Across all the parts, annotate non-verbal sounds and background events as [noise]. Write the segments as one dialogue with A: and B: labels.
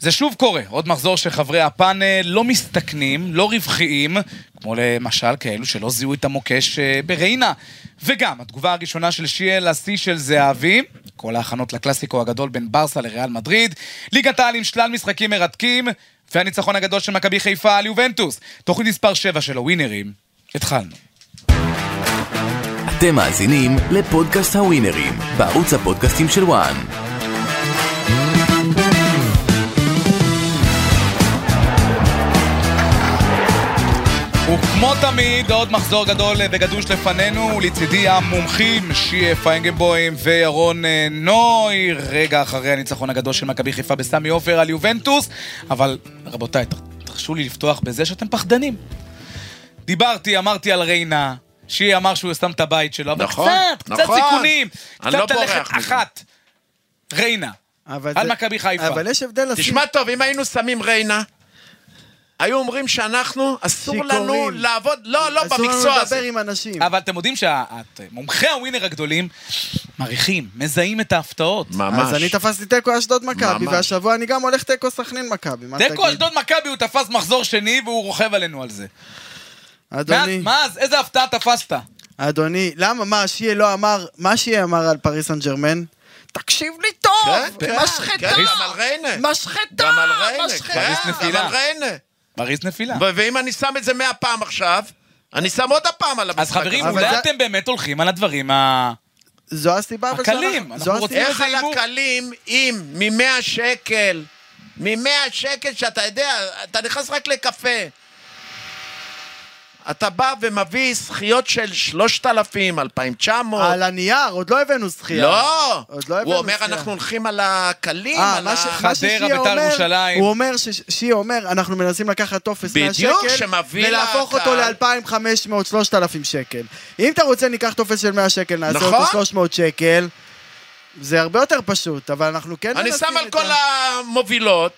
A: זה שוב קורה, עוד מחזור שחברי הפאנל לא מסתכנים, לא רווחיים, כמו למשל כאלו שלא זיהו את המוקש אה, בריינה. וגם, התגובה הראשונה של שיאל, השיא של זהבי, כל ההכנות לקלאסיקו הגדול בין ברסה לריאל מדריד, ליגת העל עם שלל משחקים מרתקים, והניצחון הגדול של מכבי חיפה על יובנטוס. תוכנית מספר 7 של הווינרים, התחלנו.
B: אתם מאזינים לפודקאסט הווינרים, בערוץ הפודקאסטים של וואן.
A: וכמו תמיד, עוד מחזור גדול אה, וגדוש לפנינו, לצידי המומחים שיה פיינגנבוים וירון אה, נוי, רגע אחרי הניצחון הגדול של מכבי חיפה בסמי עופר על יובנטוס, אבל רבותיי, ת- תרשו לי לפתוח בזה שאתם פחדנים. דיברתי, אמרתי על ריינה, שיה אמר שהוא שם את הבית שלו, אבל
C: נכון,
A: קצת, קצת
C: נכון.
A: סיכונים,
C: אני
A: קצת
C: לא בורח
A: ללכת
C: מזה.
A: אחת, ריינה,
D: אבל
A: על
D: זה-
A: מכבי חיפה.
D: אבל יש הבדל לשים...
C: תשמע טוב, אם היינו שמים ריינה, היו אומרים שאנחנו, אסור לנו
D: שיכורים.
C: לעבוד, לא, לא, במקצוע
D: אסור לנו
C: הזה.
D: לדבר עם אנשים.
A: אבל אתם יודעים שמומחי הווינר הגדולים מעריכים, מזהים את ההפתעות.
C: ממש.
D: אז אני תפסתי תיקו אשדוד מכבי,
C: ממש.
D: והשבוע אני גם הולך תיקו סכנין מכבי, מה תגיד?
A: תיקו אשדוד מכבי הוא תפס מחזור שני והוא רוכב עלינו על זה. מאז,
D: אדוני,
A: מאז, איזה הפתעה תפסת?
D: אדוני, למה, מה, שיהיה לא אמר, מה שיהיה אמר על פריס סן ג'רמן? תקשיב לי טוב!
C: כן, כן,
D: משחטה!
C: גם על ריינה.
D: משחטה!
C: גם על ריינה,
D: משחטה!
A: פריס
C: כן, גם
A: נפילה.
C: על ריינה.
A: מריץ נפילה.
C: ו- ואם אני שם את זה מאה פעם עכשיו, אני שם עוד הפעם על המשחק
A: אז חברים,
C: הזה.
D: אבל
A: אולי
D: זה-
A: אתם באמת הולכים על הדברים ה...
D: זו הסיבה אבל
A: הקלים,
D: שאנחנו-
A: אנחנו
D: זו
A: רוצים-
D: הסיבה-
C: איך
A: איזה
C: על
A: הימור?
C: הקלים, אם מ-100 שקל, מ-100 שקל שאתה יודע, אתה נכנס רק לקפה. אתה בא ומביא זכיות של 3,000, 2,900.
D: על הנייר, עוד לא הבאנו זכייה.
C: לא!
D: עוד לא
C: הוא
D: הבאנו
C: אומר,
D: זכייה.
C: אנחנו הולכים על הקלים,
D: אה,
C: על
D: מה ש-
C: ה...
D: מה
A: חדרה,
D: ששיה
A: בית"ר
D: אומר,
A: ירושלים.
D: הוא אומר, ש- שיה אומר, אנחנו מנסים לקחת טופס 100 שקל,
C: בדיוק, שמביא
D: ולהפוך
C: לקהל.
D: אותו ל-2,500-3,000 שקל. אם אתה רוצה, ניקח טופס של 100 שקל, נעשה
C: נכון.
D: אותו 300 שקל. זה הרבה יותר פשוט, אבל אנחנו כן
C: אני
D: מנסים
C: שם על
D: את
C: כל
D: ה-
C: המובילות,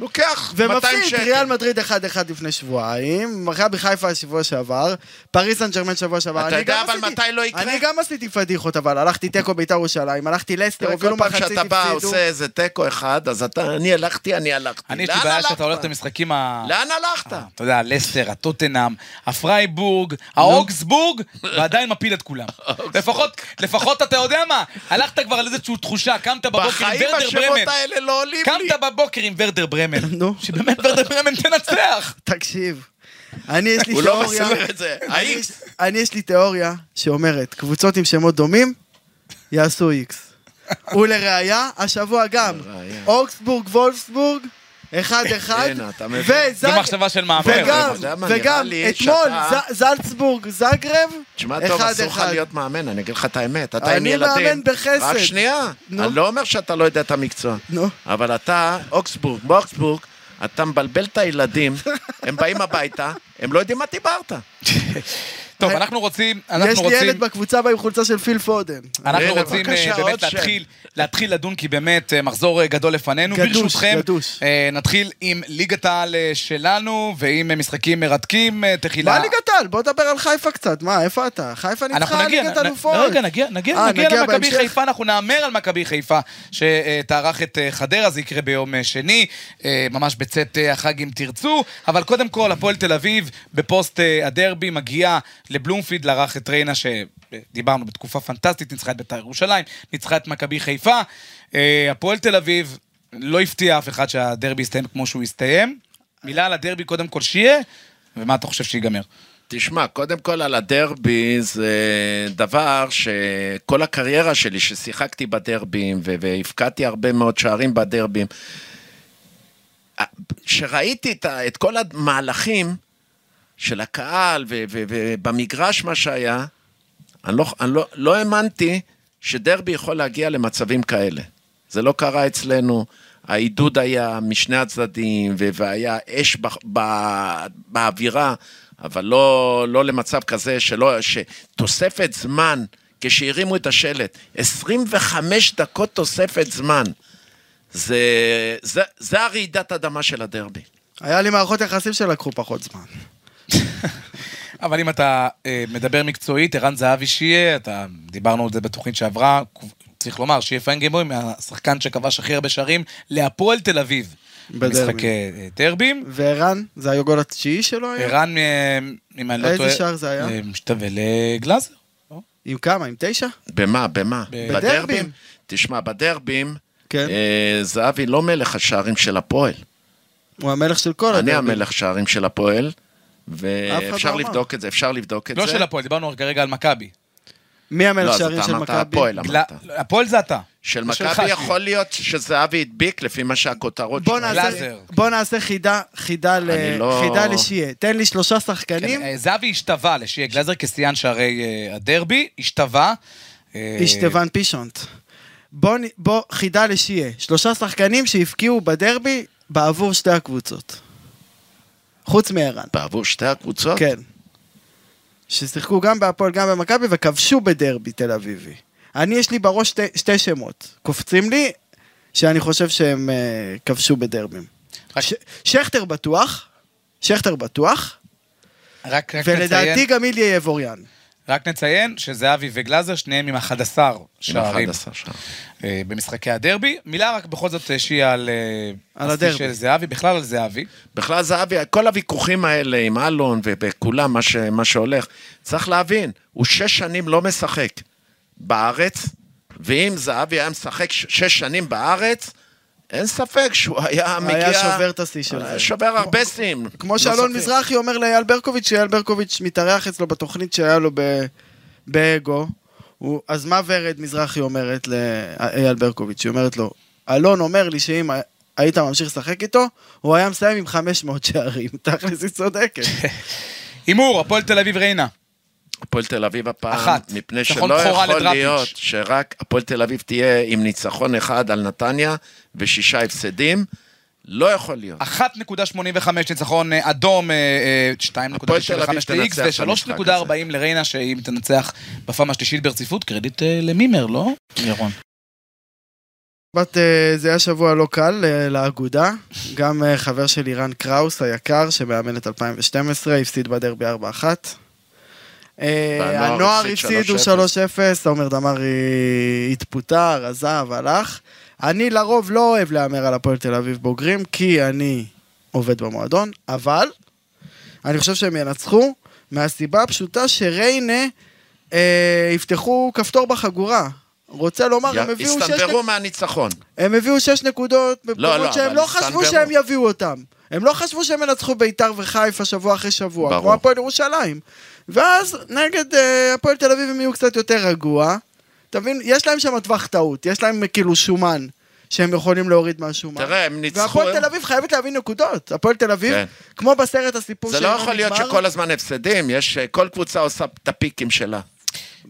C: לוקח 200
D: ומפסיד, ריאל
C: שקל.
D: מדריד 1-1 לפני שבועיים, מכבי חיפה שבוע שעבר, פריס סן ג'רמן שבוע שעבר.
C: אתה
D: אני
C: יודע
D: גם
C: אבל
D: עשיתי-
C: מתי לא יקרה?
D: אני גם עשיתי פדיחות, אבל הלכתי תיקו בית"ר ירושלים, הלכתי לסטר,
C: תראה, כל
D: הובילו
C: פעם
D: מחצית,
C: שאתה בא,
D: הפסידו.
C: עושה איזה תיקו אחד, אז אתה, אני הלכתי, אני הלכתי.
A: אני יש לי
C: לאן
A: בעיה
C: הלכת?
A: שאתה הולך אה. למשחקים ה...
C: לאן הלכת?
A: ה- אתה יודע, הלסטר, הטוטנאם, הפרייבורג, האוגסבורג, ועדיין מפיל את כולם. לפחות, לפחות אתה יודע מה, הלכת כבר על איזושהי תחושה, קמת בבוקר עם
C: בחיים
A: ורדר ברמן.
C: השמות האלה לא עולים לי.
A: קמת בבוקר עם ורדר ברמן.
D: נו.
A: שבאמת ורדר ברמן תנצח.
D: תקשיב, אני יש לי
C: הוא
D: תיאוריה...
C: לא מסדר את זה.
D: אני
C: האיקס.
D: יש- אני יש לי תיאוריה שאומרת, קבוצות עם שמות דומים, יעשו איקס. ולראיה, השבוע גם,
C: לראיה.
D: אוגסבורג, וולפסבורג, אחד אחד,
C: הנה, אתה מבין.
A: זו
D: וזג...
A: מחשבה של מהמר.
D: וגם,
C: אתה יודע מה, נראה
D: וגם,
C: לי
D: אתמול,
C: שאתה-
D: ז- זלצבורג, זגרב,
C: תשמע טוב,
D: אחד
C: אסור לך
D: אחד.
C: להיות מאמן, אני אגיד לך את האמת. אתה עם
D: אני
C: ילדים.
D: מאמן בחסד.
C: רק שנייה.
D: נו.
C: אני לא אומר שאתה לא יודע את המקצוע.
D: נו.
C: אבל אתה, אוקסבורג, באוקסבורג, אתה מבלבל את הילדים, הם באים הביתה, הם לא יודעים מה דיברת.
A: טוב, אנחנו רוצים,
D: יש
A: אנחנו
D: לי ילד
A: רוצים,
D: בקבוצה בא עם חולצה של פיל פודן.
A: אנחנו
C: הנה,
A: רוצים
C: בבקשה,
A: אה, באמת
C: עוד שם.
A: להתחיל, להתחיל לדון, כי באמת אה, מחזור אה, גדול לפנינו.
D: גדוש,
A: ברשותכם,
D: גדוש.
A: אה, נתחיל עם ליגת העל אה, שלנו, ועם אה, משחקים מרתקים, אה, תחילה.
D: מה ליגת העל? בוא נדבר על חיפה קצת. מה, איפה אתה? חיפה
A: אנחנו
D: ניצחה
A: נגיע,
D: ליגת
A: נ- נ-
D: אלופות.
A: רגע, נגיע, נגיע,
D: אה,
A: נגיע למכבי
D: בהמשך?
A: חיפה, אנחנו נאמר על מכבי חיפה שתארח את אה, חדרה, זה יקרה ביום אה, שני, אה, ממש בצאת אה, החג אם תרצו, אבל קודם כל, הפועל תל אביב, בפוסט אה, הדרבי, מגיעה לבלומפילד לארח את ריינה, שדיברנו בתקופה פנטסטית, ניצחה את בית"ר ירושלים, ניצחה את מכבי חיפה. אה, הפועל תל אביב, לא הפתיע אף אחד שהדרבי יסתיים כמו שהוא הסתיים. מילה על הדרבי קודם כל שיהיה, ומה אתה חושב שיגמר?
C: תשמע, קודם כל על הדרבי זה דבר שכל הקריירה שלי, ששיחקתי בדרבים ו- והבקעתי הרבה מאוד שערים בדרבים, כשראיתי את, ה- את כל המהלכים של הקהל ו- ו- ובמגרש מה שהיה, אני לא, אני לא, לא האמנתי שדרבי יכול להגיע למצבים כאלה. זה לא קרה אצלנו, העידוד היה משני הצדדים, ו- והיה אש ב- ב- באווירה, אבל לא, לא למצב כזה שלא, שתוספת זמן, כשהרימו את השלט, 25 דקות תוספת זמן. זה, זה, זה הרעידת אדמה של הדרבי.
D: היה לי מערכות יחסים שלקחו פחות זמן.
A: אבל אם אתה אה, מדבר מקצועית, ערן זהבי שיהיה, אתה, דיברנו על זה בתוכנית שעברה, צריך לומר, שיהיה פיינגנבוים, השחקן שכבש הכי הרבה שערים, להפועל תל אביב. במשחקי אה, דרבים.
D: וערן, זה היה הגול התשיעי שלו היום?
A: ערן, אה, אם אני לא
D: איזה
A: טועה...
D: שער זה היה?
A: אה, משתווה לגלאזר. לא?
D: עם כמה? עם תשע?
C: במה, במה?
A: ב-
D: בדרבים.
C: תשמע, בדרבים,
D: כן.
C: אה, זהבי לא מלך השערים של הפועל.
D: הוא המלך של כל
C: אני
D: הדרבים.
C: המלך שערים של הפועל,
D: אף לא, אחד
C: ואפשר
D: לא אמר.
C: לבדוק את זה, אפשר לבדוק את זה.
A: לא של הפועל, דיברנו כרגע על מכבי.
D: מי המלך
C: לא, אז
D: שערים
C: אתה
D: של
C: אמרת
D: מכבי? לא
C: הפועל, אמרת.
A: גלא- הפועל זה אתה. לא
C: של
A: זה שלך,
C: מכבי
A: שלי.
C: יכול להיות שזהבי הדביק לפי מה שהכותרות
D: בוא
C: שלו.
D: נעשה,
A: גלאזר.
D: בוא נעשה חידה, חידה, ל...
C: אני לא-
D: חידה לשיה. תן לי שלושה שחקנים,
A: כן, אה, זהבי השתווה לשיהיה גלאזר כשיאן שערי אה, הדרבי, השתווה. אה,
D: אשתבן פישונט. בוא, נ- בוא, חידה לשיה. שלושה שחקנים שהבקיעו בדרבי בעבור שתי הקבוצות. חוץ מערן.
C: בעבור שתי הקבוצות?
D: כן. ששיחקו גם בהפועל, גם במכבי, וכבשו בדרבי תל אביבי. אני, יש לי בראש שתי, שתי שמות. קופצים לי, שאני חושב שהם אה, כבשו בדרבים.
A: רק-
D: ש, שכטר בטוח, שכטר בטוח,
A: רק רק
D: ולדעתי
A: נציין-
D: גם איליה יבוריאן.
A: רק נציין שזהבי וגלאזר, שניהם עם 11 שערים
C: 11 שערים.
A: אה, במשחקי הדרבי. מילה רק בכל זאת אה, שהיא על... אה,
D: על
A: השיא
D: הדרבי.
A: של זהבי, בכלל על זהבי.
C: בכלל זהבי, כל הוויכוחים האלה עם אלון ובכולם, מה, ש, מה שהולך, צריך להבין, הוא שש שנים לא משחק בארץ, ואם זהבי היה משחק ש- שש שנים בארץ, אין ספק שהוא היה מגיע...
D: שובר את השיא של זה.
C: היה שובר הרבה שיאים. לא
D: כמו שאלון
C: נוספים.
D: מזרחי אומר לאייל ברקוביץ', שאייל ברקוביץ' מתארח אצלו בתוכנית שהיה לו ב- באגו. הוא, אז מה ורד מזרחי אומרת לאייל ברקוביץ'? היא אומרת לו, אלון אומר לי שאם היית ממשיך לשחק איתו, הוא היה מסיים עם 500 שערים. [laughs] תכלס היא צודקת.
A: הימור, הפועל תל אביב ריינה.
C: הפועל תל אביב הפעם,
A: אחת.
C: מפני
A: ניצחון
C: שלא
A: בכורה
C: יכול
A: לדראפיץ'.
C: להיות שרק הפועל תל אביב תהיה עם ניצחון אחד על נתניה ושישה הפסדים, לא יכול להיות.
A: 1.85 ניצחון אה, אדום, אה, אה, 2.95
C: הפועל תל אביב
A: ל-X
C: תנצח את המשחק
A: ו-3.40 לריינה, שאם תנצח בפעם השלישית ברציפות, קרדיט אה, למימר, לא? ירון.
D: בת, אה, זה היה שבוע לא קל אה, לאגודה, גם אה, חבר שלי רן קראוס היקר, שמאמן את 2012, הפסיד בדרבי 4-1. אה,
C: והנוער
D: הנוער
C: הפסיד
D: הפסידו
C: 3-0.
D: 3-0, עומר דמארי התפוטר, עזב, הלך. אני לרוב לא אוהב להמר על הפועל תל אביב בוגרים, כי אני עובד במועדון, אבל אני חושב שהם ינצחו, מהסיבה הפשוטה שריינה אה, יפתחו כפתור בחגורה. רוצה לומר, הם הביאו שש
C: הסתנוורו מהניצחון.
D: הם הביאו שש נקודות
C: לא, לא,
D: במקומות שהם
C: אבל
D: לא חשבו
C: הסתנוורו.
D: שהם יביאו אותם. הם לא חשבו שהם ינצחו ביתר וחיפה שבוע אחרי שבוע,
C: ברור.
D: כמו הפועל ירושלים. ואז נגד אה, הפועל תל אביב הם יהיו קצת יותר רגוע. אתה מבין? יש להם שם טווח טעות, יש להם אה, כאילו שומן שהם יכולים להוריד מהשומן.
C: תראה, הם ניצחו-
D: והפועל תל אביב חייבת להביא נקודות. הפועל תל אביב,
C: כן.
D: כמו בסרט הסיפור
C: זה לא
D: שלא
C: יכול להיות
D: נגמר,
C: שכל הזמן הפסדים, יש, אה, כל קבוצה עושה את הפיקים שלה.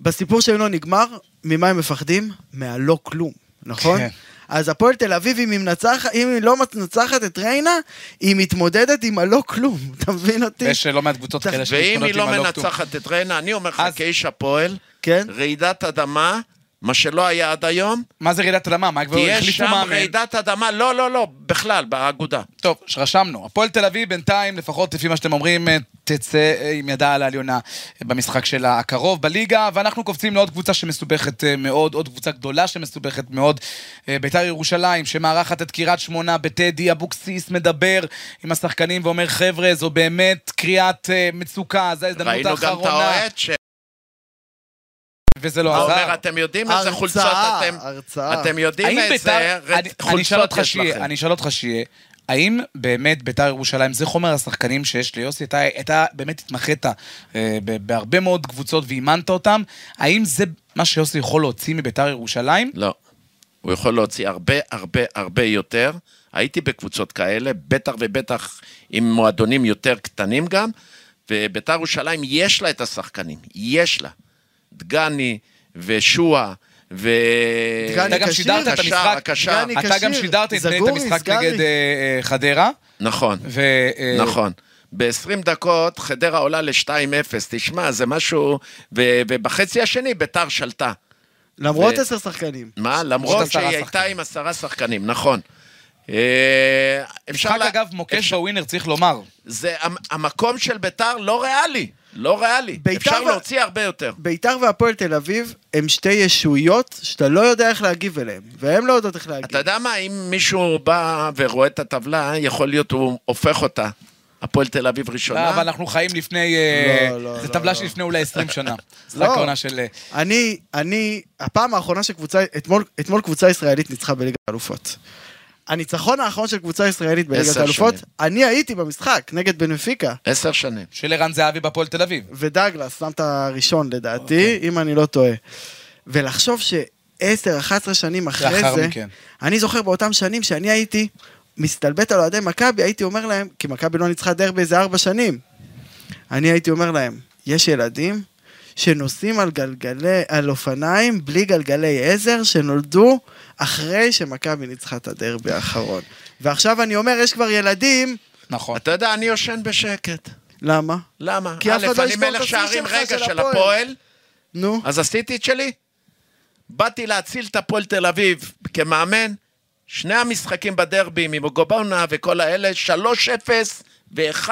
D: בסיפור שלא נגמר, ממה הם מפחדים? מהלא כלום, נכון?
A: כן.
D: אז הפועל תל אביב, אם היא, מנצחת, אם היא לא מנצחת את ריינה, היא מתמודדת עם הלא כלום, [laughs] אתה מבין אותי?
A: יש אה, לא מעט קבוצות
D: צריך-
A: כאלה
C: ואם היא
A: שמתמודדות
C: לא
A: עם הלוקטום.
C: מנצחת את ריינה, אני אומר לך,
A: אז-
C: כאיש הפועל,
D: כן?
C: רעידת אדמה, מה שלא היה עד היום,
A: מה זה רעידת אדמה? מה כבר
C: תהיה
A: החליפו
C: שם
A: מאמן?
C: רעידת אדמה, לא, לא, לא, בכלל, באגודה.
A: טוב, רשמנו. הפועל תל אביב בינתיים, לפחות לפי מה שאתם אומרים, אה, תצא אה, עם ידה על העליונה במשחק שלה הקרוב בליגה, ואנחנו קופצים לעוד קבוצה שמסובכת אה, מאוד, עוד קבוצה גדולה שמסובכת מאוד, אה, בית"ר ירושלים, שמארחת את קריית שמונה בטדי, אבוקסיס מדבר עם השחקנים ואומר, חבר'ה, זו באמת קריאת אה, מצוקה, זו ההזדמנות
C: ראינו גם את
A: האחרונה,
C: האוהד ש...
A: וזה לא
C: הוא
A: עזר.
C: אומר, אתם יודעים איזה חולצות
D: הרצאה,
C: אתם...
D: הרצאה.
C: אתם יודעים
A: האם
C: איזה
A: בית"ר-
C: ר-
A: אני- אני אשאל
C: חולצות
A: אותך
C: יש
A: שיהיה,
C: לכם.
A: אני אשאל אותך שיהיה, האם באמת בית"ר ירושלים, זה חומר השחקנים שיש ליוסי, אתה, אתה באמת התמחית אה, ב- בהרבה מאוד קבוצות ואימנת אותם, האם זה מה שיוסי יכול להוציא מבית"ר ירושלים?
C: לא. הוא יכול להוציא הרבה הרבה הרבה יותר. הייתי בקבוצות כאלה, בטח ובטח עם מועדונים יותר קטנים גם, וביתר ירושלים יש לה את השחקנים, יש לה. דגני ושועה ו...
D: דגני
A: אתה גם
D: קשיר,
A: שידרת את
C: הקשר,
A: המשחק,
C: הקשר.
D: דגני
A: אתה גם
D: קשיר,
A: שידרת את את
D: זגורי,
A: המשחק
D: סגרי.
A: נגד אה, אה, חדרה,
C: נכון,
A: ו... אה,
C: נכון. ב-20 דקות חדרה עולה ל-2-0, תשמע, זה משהו... ו- ובחצי השני ביתר שלטה.
D: למרות
A: אה,
C: ו-
D: עשר שחקנים.
C: מה? למרות
A: עשרה
C: שהיא הייתה
A: שחקנים.
C: עם עשרה שחקנים, נכון. אה, אפשר...
A: משחק
C: לה-
A: אגב מוקש
C: אפשר-
A: בווינר, צריך לומר.
C: זה המ- המקום של ביתר לא ריאלי. לא ריאלי.
D: בית"ר
C: אפשר
D: ו-
C: להוציא הרבה יותר.
D: ביתר והפועל תל אביב הם שתי ישויות שאתה לא יודע איך להגיב אליהם, והם לא יודעות איך להגיב.
C: אתה יודע מה, אם מישהו בא ורואה את הטבלה, יכול להיות הוא הופך אותה. הפועל תל אביב ראשונה.
A: לא, אבל אנחנו חיים לפני... אה,
D: לא, לא,
A: זו
D: לא,
A: טבלה
D: לא.
A: שלפני אולי 20 שנה. זו
D: [laughs] לא.
A: רק העונה של... אה,
D: אני, אני, הפעם האחרונה שקבוצה, אתמול, אתמול קבוצה ישראלית ניצחה בליגת האלופות. הניצחון האחרון של קבוצה ישראלית בליגת
C: עשר
D: האלופות,
C: שנים.
D: אני הייתי במשחק נגד בנפיקה,
C: עשר שנים.
A: של ערן זהבי בהפועל תל אביב.
D: ודגלס שם את הראשון לדעתי,
A: אוקיי.
D: אם אני לא טועה. ולחשוב שעשר, 11 שנים אחרי
A: לאחר
D: זה,
A: מכן.
D: אני זוכר באותם שנים שאני הייתי מסתלבט על אוהדי מכבי, הייתי אומר להם, כי מכבי לא ניצחה דרבי איזה ארבע שנים, אני הייתי אומר להם, יש ילדים שנוסעים על גלגלי, על אופניים בלי גלגלי עזר, שנולדו אחרי שמכבי ניצחה את הדרבי האחרון. ועכשיו אני אומר, יש כבר ילדים,
A: נכון.
C: אתה יודע, אני יושן בשקט.
D: למה?
C: למה?
D: כי אף אחד
C: א',
D: לא
C: אני
D: ישבור את
C: מלך
D: השיא
C: שערים
D: שלך,
C: רגע
D: של
C: של
D: הפועל.
C: הפועל,
D: נו,
C: אז עשיתי את שלי. באתי להציל את הפועל תל אביב כמאמן. שני המשחקים בדרבים עם אוגובונה וכל האלה, 3-0 ו-1-0,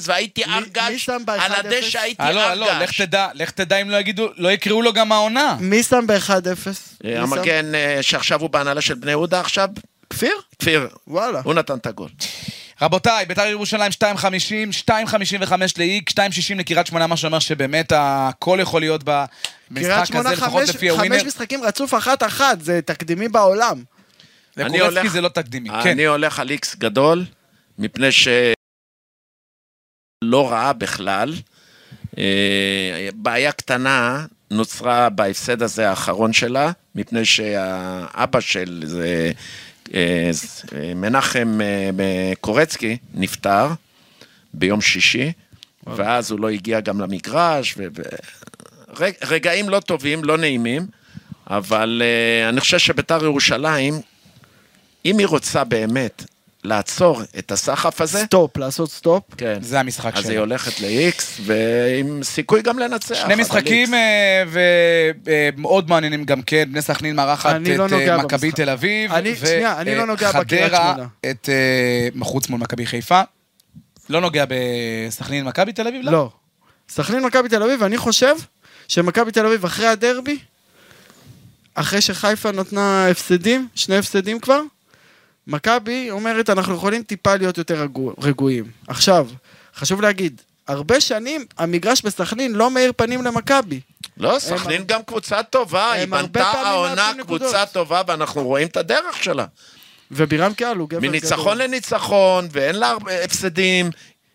C: והייתי
D: מי- מי
C: הרגש
D: שם ב-
C: על
D: 1-0?
C: הדשא, הייתי
A: הלו, הלו, אה, לא, לך
C: הרגש.
A: תדע, לך תדע אם לא יגידו, לא יקראו לו גם העונה.
D: מי שם ב-1-0? מי שם?
C: המגן אה, שעכשיו הוא בהנהלה של בני יהודה עכשיו,
D: כפיר?
C: כפיר,
D: וואלה.
C: הוא נתן את הגול.
A: רבותיי, ביתר ירושלים 2.50, 2.55 לאיק, 2.60 לקריית שמונה, מה שאומר שבאמת הכל יכול להיות
D: קריית
A: במשחק
D: שמונה
A: הזה, לפחות
D: חמש,
A: לפי
D: חמש
A: הווינר.
D: משחקים רצוף אחת-אחת, זה תקדימי בעולם.
C: אני
A: לקורצקי
C: הולך-
A: זה לא תקדימי, כן.
C: אני הולך על איקס גדול, מפני שלא ראה בכלל. אה, בעיה קטנה נוצרה בהפסד הזה האחרון שלה, מפני שהאבא של זה, אה, ז- אה, מנחם אה, ב- קורצקי נפטר ביום שישי, ואז הוא לא הגיע גם למגרש, ו- ו- רג- רגעים לא טובים, לא נעימים, אבל אה, אני חושב שביתר ירושלים, אם היא רוצה באמת לעצור את הסחף הזה,
D: סטופ, לעשות סטופ.
C: כן.
A: זה המשחק
C: אז
A: שלה.
C: היא הולכת ל-X, ועם סיכוי גם לנצח.
A: שני
C: אבל
A: משחקים אה,
C: X.
A: ומאוד מעניינים גם כן, בני סכנין מארחת
D: אני לא
A: את אה,
D: נוגע
A: מכבי
D: במשחק.
A: תל אביב,
D: אני- שנייה, אני לא נוגע בקריית
A: וחדרה
D: שמונה.
A: את אה, מחוץ מול מכבי חיפה. לא נוגע בסכנין מכבי תל אביב?
D: לא. סכנין מכבי תל אביב, אני חושב שמכבי תל אביב אחרי הדרבי, אחרי שחיפה נתנה הפסדים, שני הפסדים כבר, מכבי אומרת, אנחנו יכולים טיפה להיות יותר רגוע- רגועים. עכשיו, חשוב להגיד, הרבה שנים המגרש בסכנין לא מאיר פנים למכבי.
C: לא, סכנין גם קבוצה טובה, היא
D: הם הרבה
C: בנתה
D: פעמים
C: העונה
D: מאבדים נקודות.
C: קבוצה טובה, ואנחנו רואים את הדרך שלה.
D: ובירם קהל הוא גבר גדול.
C: מניצחון לניצחון, ואין לה הרבה הפסדים,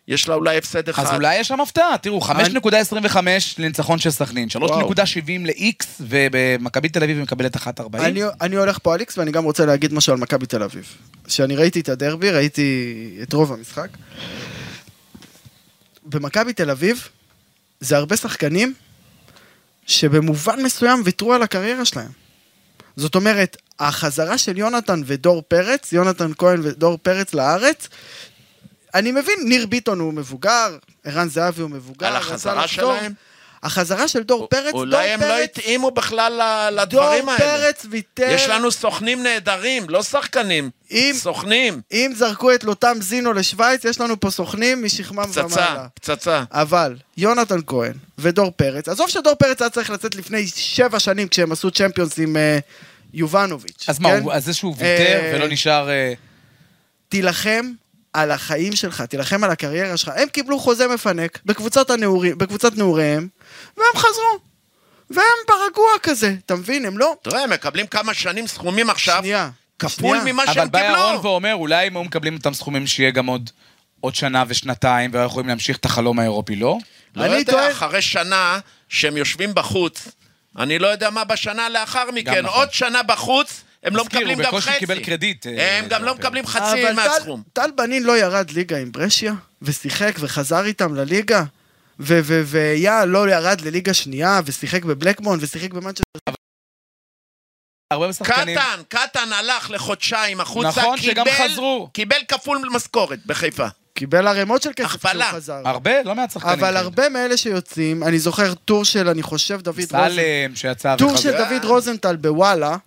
C: יש לה אולי הפסד אחד.
A: אז אולי יש שם הפתעה, תראו, 5.25 לניצחון של סכנין, 3.70
D: וואו.
A: ל-X, ובמכבי תל אביב היא מקבלת 1.40.
D: אני, אני הולך פה על איקס ואני גם רוצה להגיד משהו על מכבי תל אביב. שאני ראיתי את הדרבי, ראיתי את רוב המשחק. במכבי תל אביב זה הרבה שחקנים שבמובן מסוים ויתרו על הקריירה שלהם. זאת אומרת, החזרה של יונתן ודור פרץ, יונתן כהן ודור פרץ לארץ, אני מבין, ניר ביטון הוא מבוגר, ערן זהבי הוא מבוגר.
C: על
D: רצה
C: החזרה
D: לחזור.
C: שלהם?
D: החזרה של דור פרץ, דור
C: אולי הם לא
D: פרץ,
C: התאימו בכלל ל-
D: דור
C: לדברים האלה.
D: פרץ ויתר.
C: יש לנו סוכנים נהדרים, לא שחקנים,
D: אם-
C: סוכנים.
D: אם זרקו את לותם זינו לשוויץ, יש לנו פה סוכנים משכמם
C: פצצה,
D: ומעלה.
C: פצצה.
D: אבל יונתן כהן ודור פרץ, עזוב שדור פרץ היה צריך לצאת לפני שבע שנים כשהם עשו צ'מפיונס עם אה, יובנוביץ'.
A: אז מה,
D: כן?
A: הוא- אז זה שהוא ויתר
D: אה,
A: ולא נשאר... אה,
D: תילחם על החיים שלך, תילחם על הקריירה שלך. הם קיבלו חוזה מפנק בקבוצת, הנעורי, בקבוצת נעוריהם, והם חזרו. והם ברגוע כזה, אתה מבין? הם לא...
C: אתה רואה, הם מקבלים כמה שנים סכומים עכשיו,
D: שנייה.
C: כפול
D: שנייה.
C: ממה
A: אבל
C: שהם
A: בא ירון
C: קיבלו.
A: ואומר, אולי אם היו מקבלים אותם סכומים שיהיה גם עוד... עוד שנה ושנתיים, והיו יכולים להמשיך את החלום האירופי, לא?
C: לא
D: אני
C: יודע,
D: טוען-
C: אחרי שנה שהם יושבים בחוץ, אני לא יודע מה בשנה לאחר מכן,
A: נכון.
C: עוד שנה בחוץ, הם לא
A: תזכיר, הוא
C: מקבלים גם
A: כאילו, בקושי
C: חצי.
A: קיבל קרדיט, אה,
C: הם גם לא
A: זה-
C: מקבלים חצי
D: אבל טל-
C: מהסכום.
D: טל בנין לא ירד ליגה עם ברשיה, ושיחק וחזר איתם לליגה, ו- ו- ואייל לא ירד לליגה שנייה, ושיחק בבלקבון, ושיחק במנצ'סטר.
A: הרבה משחקנים...
C: קטן, קטן הלך לחודשיים החוצה,
A: נכון,
C: קיבל-
A: שגם חזרו.
C: קיבל כפול משכורת בחיפה.
D: קיבל ערימות של כסף
C: הכפלה.
D: כשהוא חזר.
A: הרבה, לא מעט שחקנים.
D: אבל
A: כאלה.
D: הרבה מאלה שיוצאים, אני זוכר טור של, אני חושב, דוד רוזנטל.
A: סלם, שיצא
D: טור
A: וחזר.
C: לא-
D: של דוד רוזנטל בוואלה,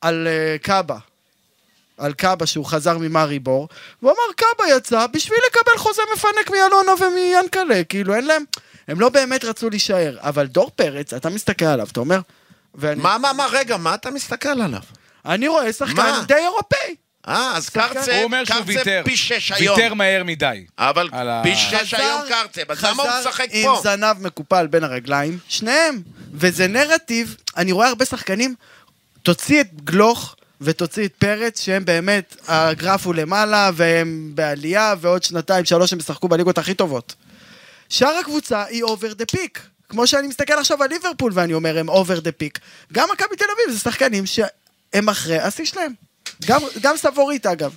D: על אה, קאבה. על קאבה שהוא חזר ממארי בור, והוא אמר קאבה יצא בשביל לקבל חוזה מפנק מאלונה ומיאנקלה, כאילו אין להם, הם לא באמת רצו להישאר, אבל דור פרץ, אתה מסתכל עליו, אתה אומר... ואני,
C: מה, מה, מה, רגע, מה אתה מסתכל עליו?
D: אני רואה שחקן
C: מה?
D: די אירופאי.
C: אה, אז
D: שחקן-
C: קרצב,
D: זה-
A: הוא אומר שהוא
C: קרצב
A: ויתר.
C: פי שש היום.
A: ויתר מהר מדי.
C: אבל
A: על ה-
C: פי שש
D: חזר-
C: היום קרצב, אז למה הוא
D: חזר
C: משחק
D: עם
C: פה?
D: זנב מקופל בין הרגליים, שניהם. וזה נרטיב, אני רואה הרבה שחקנים, תוציא את גלוך ותוציא את פרץ, שהם באמת, הגרף הוא למעלה, והם בעלייה, ועוד שנתיים, שלוש הם ישחקו בליגות הכי טובות. שאר הקבוצה היא over the peak. כמו שאני מסתכל עכשיו על ליברפול ואני אומר, הם over the peak. גם מכבי תל אביב זה שחקנים שהם אחרי השיא שלהם. גם, גם סבורית אגב.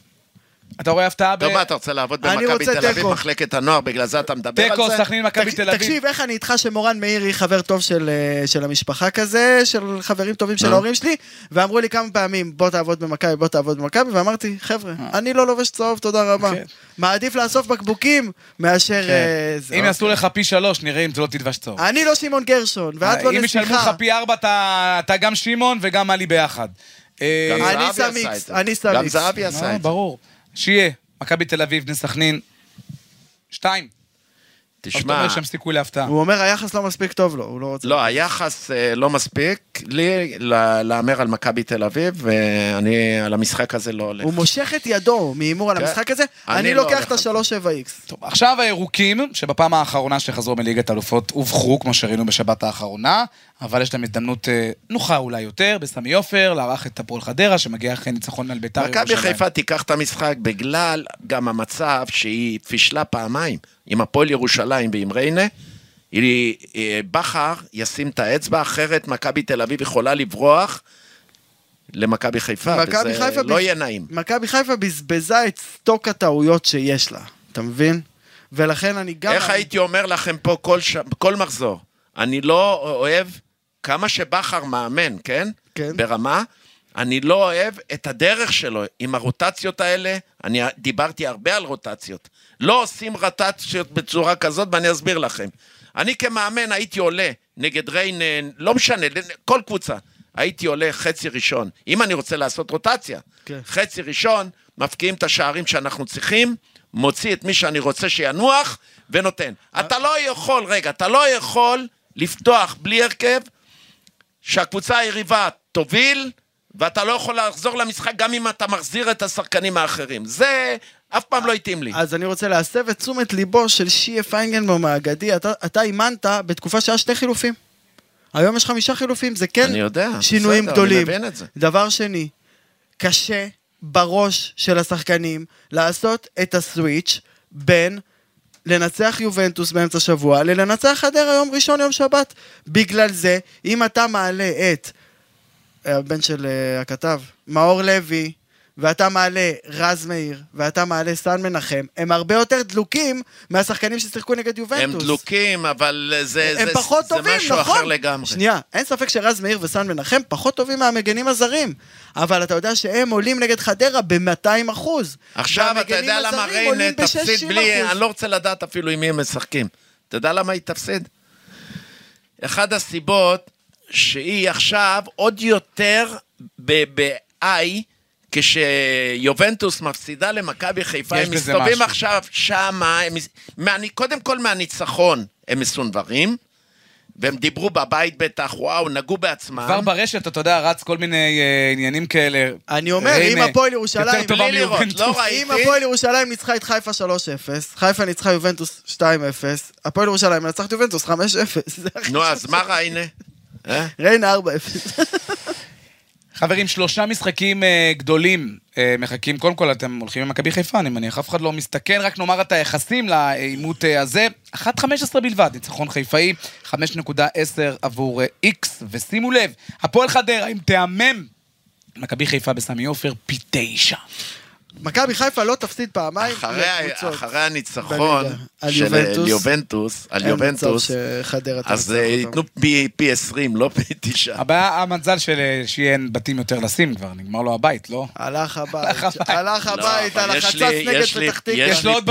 A: אתה רואה הפתעה ב...
C: טוב, מה, אתה רוצה לעבוד
D: אני
C: במכבי
D: רוצה
C: תל אביב,
D: תיקו.
C: מחלקת הנוער, בגלל זה אתה מדבר על זה?
A: תיקו, סכנין, מכבי
D: תק-
A: תל אביב.
D: תקשיב, איך אני איתך שמורן מאירי חבר טוב של, אה, של המשפחה כזה, של חברים טובים של ההורים שלי, ואמרו לי כמה פעמים, בוא תעבוד במכבי, בוא תעבוד במכבי, ואמרתי, חבר'ה, אני לא לובש צהוב, תודה רבה.
A: אה. כן.
D: מעדיף לאסוף בקבוקים מאשר...
C: כן.
D: אה, זה."
A: אם
C: אוקיי.
A: יעשו לך פי שלוש, נראה אם זה לא תדבש
C: אה,
A: צהוב.
D: אני לא שמעון גרשון, ואת לא
A: אם ישלמו לך
D: נסיכה.
A: פי ארבע, אתה- אתה גם שמעון וגם עלי ביחד. אה,
C: גם
D: אני
C: זהבי עשה
D: שם איקס,
C: את זה.
D: אני שם
C: גם
D: איקס.
C: זהבי עשה
A: אה,
C: את זה.
A: ברור. שיהיה, מכבי תל אביב, בני סכנין. שתיים. או שאתה
C: תשמע,
A: אומר שיש שם סיכוי להפתעה.
D: הוא אומר, היחס לא מספיק טוב לו, הוא לא רוצה...
C: לא, היחס אה, לא מספיק לי ל- להמר על מכבי תל אביב, ואני על המשחק הזה לא הולך.
D: הוא מושך את ידו מהימור על
C: כן.
D: המשחק הזה,
C: אני
D: אני
C: לא
D: לוקח
C: הולך
D: את
C: על
D: ה-3-7X.
A: טוב, עכשיו הירוקים, שבפעם האחרונה שחזרו מליגת אלופות הובכו, כמו שראינו בשבת האחרונה, אבל יש להם הזדמנות אה, נוחה אולי יותר, בסמי עופר, לארח את הפועל חדרה, שמגיע אחרי ניצחון על ביתר
C: מכבי חיפה תיקח את המשחק בגלל גם המצב שהיא פישלה פעמיים עם הפועל ירושלים ועם ריינה. היא, אה, בכר ישים את האצבע, אחרת מכבי תל אביב יכולה לברוח למכבי חיפה,
D: מכבי
C: וזה
D: חיפה
C: לא
D: בז-
C: יהיה נעים.
D: מכבי חיפה בזבזה את סטוק הטעויות שיש לה, אתה מבין? ולכן אני גם...
C: איך הייתי אומר לכם פה כל, ש... כל מחזור? אני לא אוהב, כמה שבכר מאמן, כן?
D: כן.
C: ברמה, אני לא אוהב את הדרך שלו עם הרוטציות האלה. אני דיברתי הרבה על רוטציות. לא עושים רוטציות בצורה כזאת, ואני אסביר לכם. אני כמאמן הייתי עולה נגד ריין, לא משנה, כל קבוצה. הייתי עולה חצי ראשון, אם אני רוצה לעשות רוטציה.
D: כן.
C: חצי ראשון, מפקיעים את השערים שאנחנו צריכים, מוציא את מי שאני רוצה שינוח, ונותן. אתה לא יכול, רגע, אתה לא יכול לפתוח בלי הרכב, שהקבוצה היריבה תוביל, ואתה לא יכול לחזור למשחק גם אם אתה מחזיר את השחקנים האחרים. זה אף פעם לא התאים לי.
D: אז אני רוצה להסב את תשומת ליבו של שיה פיינגנבום האגדי. אתה- אתה אימנת בתקופה שהיה שני חילופים. היום יש חמישה חילופים, זה כן
C: אני יודע,
D: שינויים
C: בסדר,
D: גדולים.
C: אני מבין את זה.
D: דבר שני, קשה בראש של השחקנים לעשות את הסוויץ' בין לנצח יובנטוס באמצע שבוע ללנצח חדרה יום ראשון, יום שבת. בגלל זה, אם אתה מעלה את הבן של אה, הכתב, מאור לוי, ואתה מעלה רז מאיר, ואתה מעלה סן מנחם, הם הרבה יותר דלוקים מהשחקנים ששיחקו נגד
C: הם
D: יובנטוס.
C: דלוקים, אבל זה,
D: הם
C: זה,
D: פחות
C: זה
D: טובים,
C: משהו
D: נכון?
C: אחר לגמרי.
D: שנייה, אין ספק שרז מאיר וסן מנחם פחות טובים מהמגנים הזרים, אבל אתה יודע שהם עולים נגד חדרה ב-200 אחוז.
C: עכשיו, אתה יודע למה ריינה תפסיד בלי... אני לא רוצה לדעת אפילו עם מי הם משחקים. אתה יודע למה היא תפסיד? אחת הסיבות שהיא עכשיו עוד יותר ב-I, כשיובנטוס מפסידה למכבי חיפה,
A: יש
C: הם
A: בזה
C: מסתובבים
A: משהו.
C: עכשיו שמה, הם, מס- מהני- קודם כל מהניצחון הם מסונברים, והם דיברו בבית בטח, וואו, נגעו בעצמם.
D: אה?
A: כבר ברשת, אתה יודע, רץ כל מיני אה, עניינים כאלה.
D: אני אומר,
A: ריינה,
D: אם הפועל ירושלים,
A: יותר טובה
C: בלי לראות,
A: מיובנטוס.
C: לא ראיתי.
D: אם הפועל ירושלים ניצחה את חיפה 3-0, חיפה ניצחה יובנטוס 2-0, הפועל ירושלים ניצחה את יובנטוס 5-0. זה הכי-
C: נו, אז מה ריינה? אה?
D: [laughs] ריינה 4-0.
A: חברים, שלושה משחקים אה, גדולים אה, מחכים. קודם כל, אתם הולכים עם מכבי חיפה, אני מניח, אף אחד לא מסתכן. רק נאמר את היחסים לעימות אה, הזה. 1.15 בלבד, ניצחון חיפאי, 5.10 עבור איקס. ושימו לב, הפועל חדרה, אם תהמם, מכבי חיפה בסמי עופר, פי תשע.
D: מכבי חיפה לא תפסיד פעמיים
C: אחרי,
D: לקבוצות.
C: אחרי הניצחון
D: בליגה. על
C: של אה,
D: יובנטוס.
C: יובנטוס, על
D: אין מצב
C: יובנטוס,
D: שחדרה
C: אז
D: תנצח
C: אה,
D: אותם.
C: ייתנו פי, פי 20, לא פי 9.
A: הבעיה, המזל של אה, שיהיה אין בתים יותר לשים כבר, נגמר לו הבית, לא? הלך
D: הלך הבית,
A: הבית.
D: הלך הבית, על החצץ נגד פתח תקווה.
A: יש לו עוד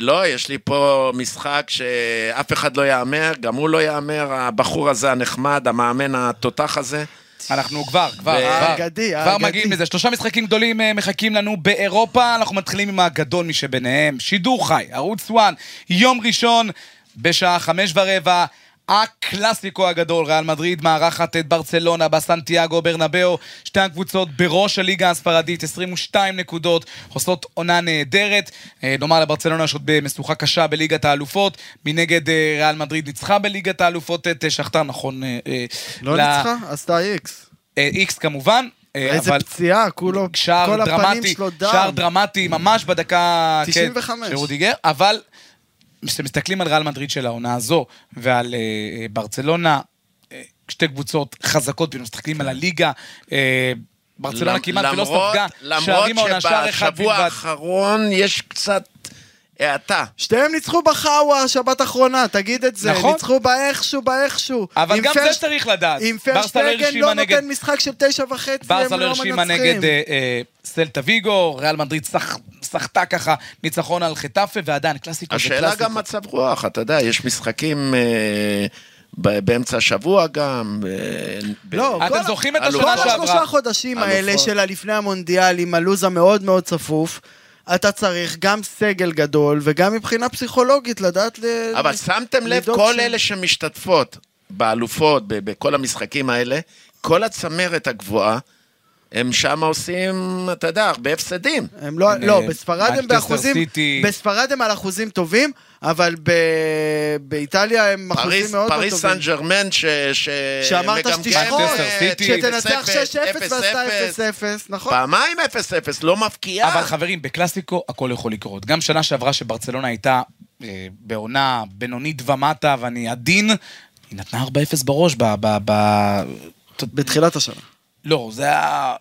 C: לא, יש לי פה משחק שאף אחד לא יאמר, גם הוא לא יאמר, הבחור הזה הנחמד, המאמן התותח הזה.
A: אנחנו כבר, כבר,
D: אה,
A: כבר,
D: האגדי,
A: כבר
D: האגדי.
A: מגיעים לזה. שלושה משחקים גדולים אה, מחכים לנו באירופה, אנחנו מתחילים עם הגדול משביניהם. שידור חי, ערוץ 1, יום ראשון, בשעה חמש ורבע. הקלאסיקו הגדול, ריאל מדריד מארחת את ברצלונה בסנטיאגו ברנבאו, שתי הקבוצות בראש הליגה הספרדית, 22 נקודות, עושות עונה נהדרת. אה, נאמר לברצלונה שעוד במשוכה קשה בליגת האלופות, מנגד אה, ריאל מדריד ניצחה בליגת האלופות את אה, שכתר, נכון? אה, אה,
D: לא
A: ל-
D: ניצחה? עשתה איקס.
A: אה, איקס כמובן. אה,
D: איזה
A: אבל-
D: פציעה, כולו,
A: שער
D: כל הפנים
A: דרמטי,
D: שלו דם.
A: שער דרמטי ממש בדקה...
D: 95.
A: כן, שרודיגר, אבל כשמסתכלים על ריאל מדריד של העונה הזו ועל אה, אה, ברצלונה, אה, שתי קבוצות חזקות, ומסתכלים על הליגה, אה, ברצלונה
C: למ-
A: כמעט ולא
C: למרות-
A: ספגה, שערים העונה שער אחד
C: למרות שבשבוע
A: בלבד.
C: האחרון יש קצת האטה.
D: שתיהם ניצחו בחאווה שבת האחרונה, תגיד את זה.
A: נכון.
D: ניצחו באיכשהו, באיכשהו.
A: אבל
D: עם
A: גם
D: פרש-
A: זה צריך לדעת.
D: אם
A: ברסה לא
D: פרשטייגן
A: הרשימה
D: לא
A: נגד
D: נותן משחק של תשע וחצי, הם
A: ברסה
D: לא
A: לא הרשימה נגד
D: מנצחים.
A: אה, אה, סלטה ויגו, ריאל מדריד סח- סחטה ככה ניצחון על חטאפה, ועדיין, קלאסיקו זה
C: השאלה
A: קלאסיקו.
C: גם מצב רוח, אתה יודע, יש משחקים אה, ב- באמצע השבוע גם. אה, ב-
D: לא,
C: ב-
D: כל
A: אתם
D: ה-
A: זוכרים את
C: אלופות.
A: השנה
D: כל
A: שעברה? אה, נכון.
D: השלושה חודשים האלה
C: אלופות.
D: של הלפני המונדיאל, עם הלו"ז המאוד מאוד צפוף, אתה צריך גם סגל גדול, וגם מבחינה פסיכולוגית לדעת ל...
C: אבל שמתם לב,
D: לדאוג
C: כל
D: ש-
C: אלה שמשתתפות באלופות, ב- בכל המשחקים האלה, כל הצמרת הגבוהה, הם שם עושים, אתה יודע, הרבה הפסדים.
D: הם לא,
A: הם,
D: לא,
A: אה,
D: בספרד הם
A: מנצ'סטר
D: באחוזים,
A: סיטי.
D: בספרד הם על אחוזים טובים, אבל ב... באיטליה הם אחוזים
C: פריס,
D: מאוד מאוד
C: פריס סן
D: טובים.
C: ג'רמן, ש... ש...
D: שאמרת
C: מגמגמת,
D: שתשחוט,
C: אה,
A: סיטי.
D: שתנצח
C: 0-0,
D: 6-0 ועשתה
C: 0-0.
D: 0-0, נכון?
C: פעמיים 0-0, לא מבקיעה.
A: אבל חברים, בקלאסיקו הכל יכול לקרות. גם שנה שעברה שברצלונה הייתה אה, בעונה בינונית ומטה, ואני עדין, היא נתנה 4-0 בראש ב... ב, ב...
D: בתחילת השנה.
A: לא, זה היה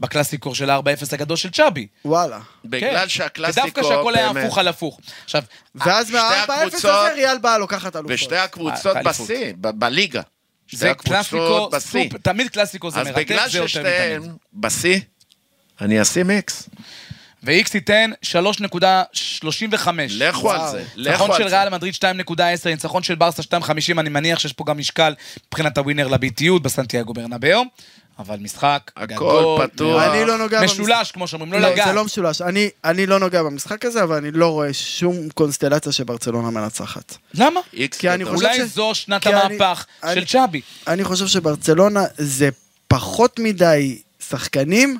A: בקלאסיקו של ה-4-0 הגדול של צ'אבי.
D: וואלה.
C: בגלל
A: כן.
C: שהקלאסיקו...
A: ודווקא שהכל היה
C: באמת,
A: הפוך על הפוך. עכשיו,
D: ואז
C: שתי
D: מה-4-0
C: הקבוצות-
D: הזה ריאל באה לוקחת אלופות.
C: ושתי הקבוצות
A: האליפות.
C: בשיא, ב- בליגה. שתי
A: זה
C: הקבוצות
A: קלאסיקו,
C: בשיא.
A: סופר, תמיד קלאסיקו זה
C: אז
A: מרתק,
C: בגלל
A: זה יותר מתמיד.
C: ששתיהן בשיא, אני אשים איקס.
A: ו-X ייתן 3.35.
C: לכו על זה, לכו
A: ניצחון
C: על
A: נכון של
C: זה.
A: ריאל מדריד 2.10, ניצחון של ברסה 2.50, אני מניח שיש פה גם משקל מבחינת הווינר לביטיות בסנטיאגו ברנבאו, אבל משחק
C: הכל
A: גדול,
C: פתוח.
A: נראה-
D: אני לא נוגע
A: משולש, כמו שאומרים, לא
D: לא,
A: לגעת.
D: זה לא משולש. אני, אני לא נוגע במשחק הזה, אבל אני לא רואה שום קונסטלציה שברצלונה מנצחת.
A: למה?
C: איקס
D: כי אני
C: גדול.
D: חושב
A: אולי
D: ש-
A: זו שנת
D: כי אני-
A: המהפך
D: אני-
A: של צ'אבי.
D: אני חושב שברצלונה זה פחות מדי שחקנים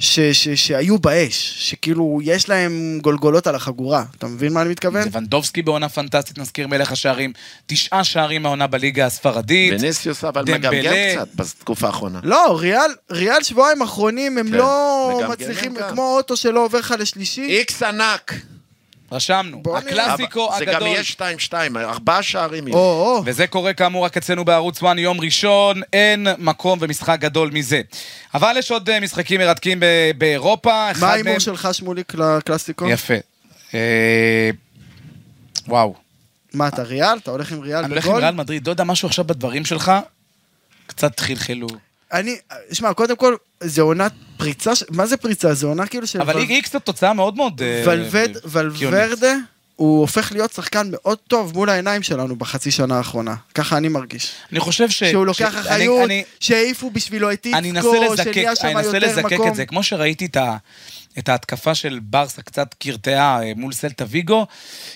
D: ש, ש, שהיו באש, שכאילו יש להם גולגולות על החגורה. אתה מבין מה אני מתכוון?
A: לבנדובסקי בעונה פנטסטית, נזכיר מלך השערים, תשעה שערים העונה בליגה הספרדית.
C: ויניסיוס אבל מגמגם
A: דמבלה.
C: קצת בתקופה האחרונה.
D: לא, ריאל, ריאל שבועיים אחרונים הם
C: כן,
D: לא
C: וגם
D: מצליחים,
C: גרמן גם.
D: כמו אוטו שלא עובר לך לשלישי.
C: איקס ענק.
A: רשמנו,
D: בוא נראה.
A: הקלאסיקו
C: אבל זה גם
A: הגדול.
C: יהיה 2-2, ארבעה שערים יהיו.
D: או, או,
A: וזה קורה כאמור רק אצלנו בערוץ 1 יום ראשון, אין מקום ומשחק גדול מזה. אבל יש עוד אה, משחקים מרתקים ב- באירופה, אחד
D: מה
A: מהם...
D: ההימור שלך שמוליק לקלאסיקו?
A: יפה. אה, וואו.
D: מה, אתה ריאל? אתה הולך עם ריאל
A: אני
D: בגול?
A: הולך עם ריאל מדריד, לא יודע, משהו עכשיו בדברים שלך, קצת חלחלו.
D: אני, שמע, קודם כל, זה עונת פריצה, ש- מה זה פריצה? זה עונה כאילו של...
A: אבל
D: ול-
A: איקס זו תוצאה מאוד מאוד... אה,
D: ולבד,
A: אה, קיונית.
D: ולוורדה, הוא הופך להיות שחקן מאוד טוב מול העיניים שלנו בחצי שנה האחרונה. ככה אני מרגיש.
A: אני חושב ש...
D: שהוא
A: ש-
D: לוקח
A: אני-
D: אחריות,
A: אני-
D: שהעיפו בשבילו את
A: אני אנסה
D: איצקו,
A: לזקק,
D: שנהיה שם
A: אני אנסה
D: יותר
A: לזקק
D: מקום.
A: את זה. כמו שראיתי את, ה, את ההתקפה של ברסה קצת קרטעה אה, מול סלטה ויגו,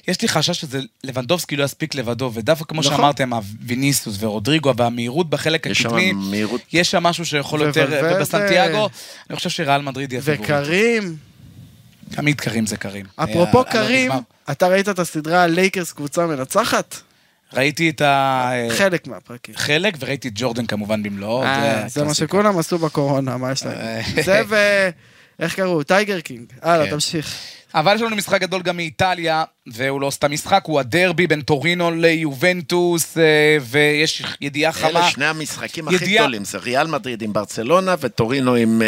A: יש לי חשש שזה לבנדובסקי לא יספיק לבדו, ודווקא כמו
D: נכון.
A: שאמרתם, הוויניסוס ורודריגו והמהירות בחלק
C: יש שם
A: הקדמי,
C: מהירות.
A: יש שם משהו שיכול יותר,
D: וולוורדה.
A: ובסנטיאגו, אני חושב שריאל מדריד יהיה פיבורית.
D: וקרים,
A: תמיד קרים זה קרים.
D: אפרופו
A: אה, לא
D: קרים,
A: נגמר.
D: אתה ראית את הסדרה לייקרס קבוצה מנצחת?
A: ראיתי את ה... אה,
D: חלק מהפרקים.
A: חלק, וראיתי את ג'ורדן כמובן במלואו.
D: אה, זה מה
A: הקלאסיקו.
D: שכולם עשו בקורונה, מה יש להם?
A: אה.
D: זה ו... איך קראו? טייגר קינג. הלאה,
A: כן.
D: תמשיך.
A: אבל יש לנו משחק גדול גם מאיטליה, והוא לא סתם משחק, הוא הדרבי בין טורינו ליובנטוס, אה, ויש ידיעה
C: אלה
A: חמה.
C: שני המשחקים הכי
A: ידיעה-
C: גדולים, זה ריאל מדריד עם ברצלונה וטורינו עם אה,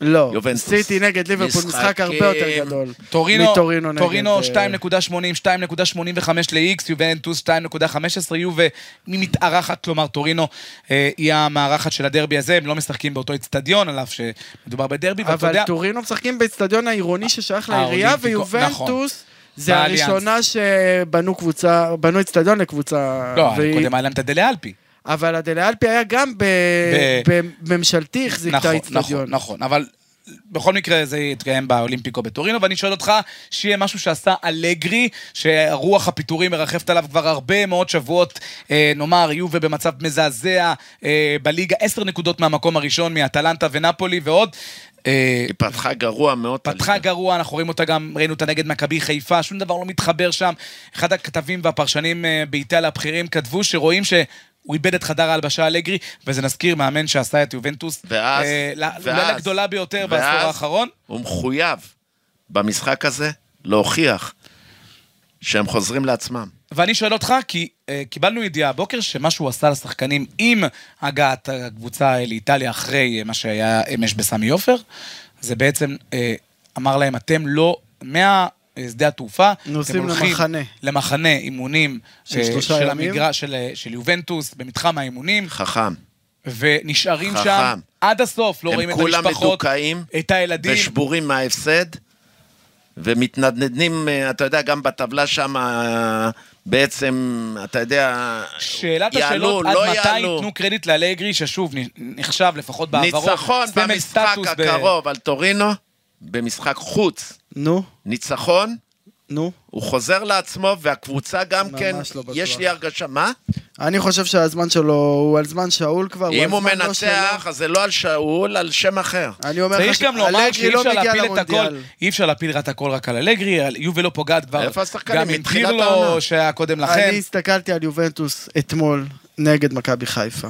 D: לא,
C: יובנטוס.
D: סיטי נגד ליברפול, משחק הרבה יותר
C: משחקים-
D: גדול.
A: טורינו,
D: מטורינו נגד...
A: טורינו
D: אה,
A: 2.80, 2.85 ל-X, יובנטוס 2.15, יובה היא מתארחת, כלומר טורינו אה, היא המארחת של הדרבי הזה, הם לא משחקים באותו אצטדיון, על אף שמדובר בדרבי, ואתה
D: אבל
A: יודע,
D: טורינו משחקים באצטדיון העירוני ששייך לעירייה,
A: האולימפיקו, נכון.
D: ויובנטוס זה
A: באליאנס.
D: הראשונה שבנו קבוצה, בנו אצטדיון לקבוצה.
A: לא,
D: והיא-
A: קודם היה להם את הדלה אלפי.
D: אבל הדלאלפי היה גם ב-
A: ב-
D: בממשלתי החזיק את
A: נכון,
D: האצטדיון.
A: נכון, נכון, אבל בכל מקרה זה יתקיים באולימפיקו בטורינו, ואני שואל אותך, שיהיה משהו שעשה אלגרי, שרוח הפיטורים מרחפת עליו כבר הרבה מאוד שבועות, אה, נאמר, יובה במצב מזעזע אה, בליגה, עשר נקודות מהמקום הראשון, מאטלנטה ונפולי ועוד. אה,
C: היא פתחה גרוע מאוד.
A: פתחה
C: הליגה.
A: גרוע, אנחנו רואים אותה גם, ראינו אותה נגד מכבי חיפה, שום דבר לא מתחבר שם. אחד הכתבים והפרשנים אה, באיטליה הבכירים כתבו שרואים ש... הוא איבד את חדר ההלבשה אלגרי, וזה נזכיר מאמן שעשה את יובנטוס.
C: ואז,
A: אה, ל-
C: ואז,
A: אולי לגדולה ביותר
C: ואז
A: בעשור האחרון.
C: הוא מחויב במשחק הזה להוכיח שהם חוזרים לעצמם.
A: ואני שואל אותך, כי אה, קיבלנו ידיעה הבוקר שמה שהוא עשה לשחקנים עם הגעת הקבוצה אה, לאיטליה אחרי אה, מה שהיה אמש בסמי עופר, זה בעצם אה, אמר להם, אתם לא, מהשדה התעופה,
D: נוסעים
A: אתם הולכים
D: למחנה."
A: למחנה אימונים
D: של
A: אה,
D: שלושה
A: של,
D: ימים?
A: המגרש, של, אה, של יובנטוס, במתחם האימונים,
C: חכם.
A: ונשארים
C: חכם.
A: שם עד הסוף, לא
C: הם
A: רואים את
C: כולם
A: המשפחות,
C: מדוכאים
A: את הילדים.
C: ושבורים מההפסד, ומתנדנדים, אה, אתה יודע, גם בטבלה שם, אה, בעצם, אתה יודע,
A: שאלת
C: יעלו,
A: השאלות, עד
C: לא
A: מתי
C: יעלו.
A: ייתנו קרדיט לאלגרי, ששוב, נ- נחשב לפחות בעברו,
C: ניצחון
A: סמל
C: במשחק
A: סטטוס ב-
C: הקרוב על טורינו, במשחק חוץ.
D: נו,
C: ניצחון,
D: נו.
C: הוא חוזר לעצמו, והקבוצה גם
D: ממש
C: כן,
D: לא בטוח.
C: יש לי הרגשה, מה?
D: אני חושב שהזמן שלו הוא על זמן שאול כבר.
C: אם
D: על
C: הוא
D: זמן לא
C: מנצח,
D: שלו.
C: אז זה לא על שאול, על שם אחר.
D: אני אומר לך
A: צריך גם לומר
D: שאלגרי
A: שאי
D: לא
A: אפשר
D: מגיע
A: להפיל את הכל,
D: למונדיאל.
A: אי אפשר להפיל את הכל רק על אלגרי, על- יובל לא פוגעת כבר,
C: איפה השחקנים?
A: גם עם
C: מתחילת
A: פירלו
C: העונה.
A: שהיה קודם לכן.
D: אני הסתכלתי על יובנטוס אתמול נגד מכבי חיפה.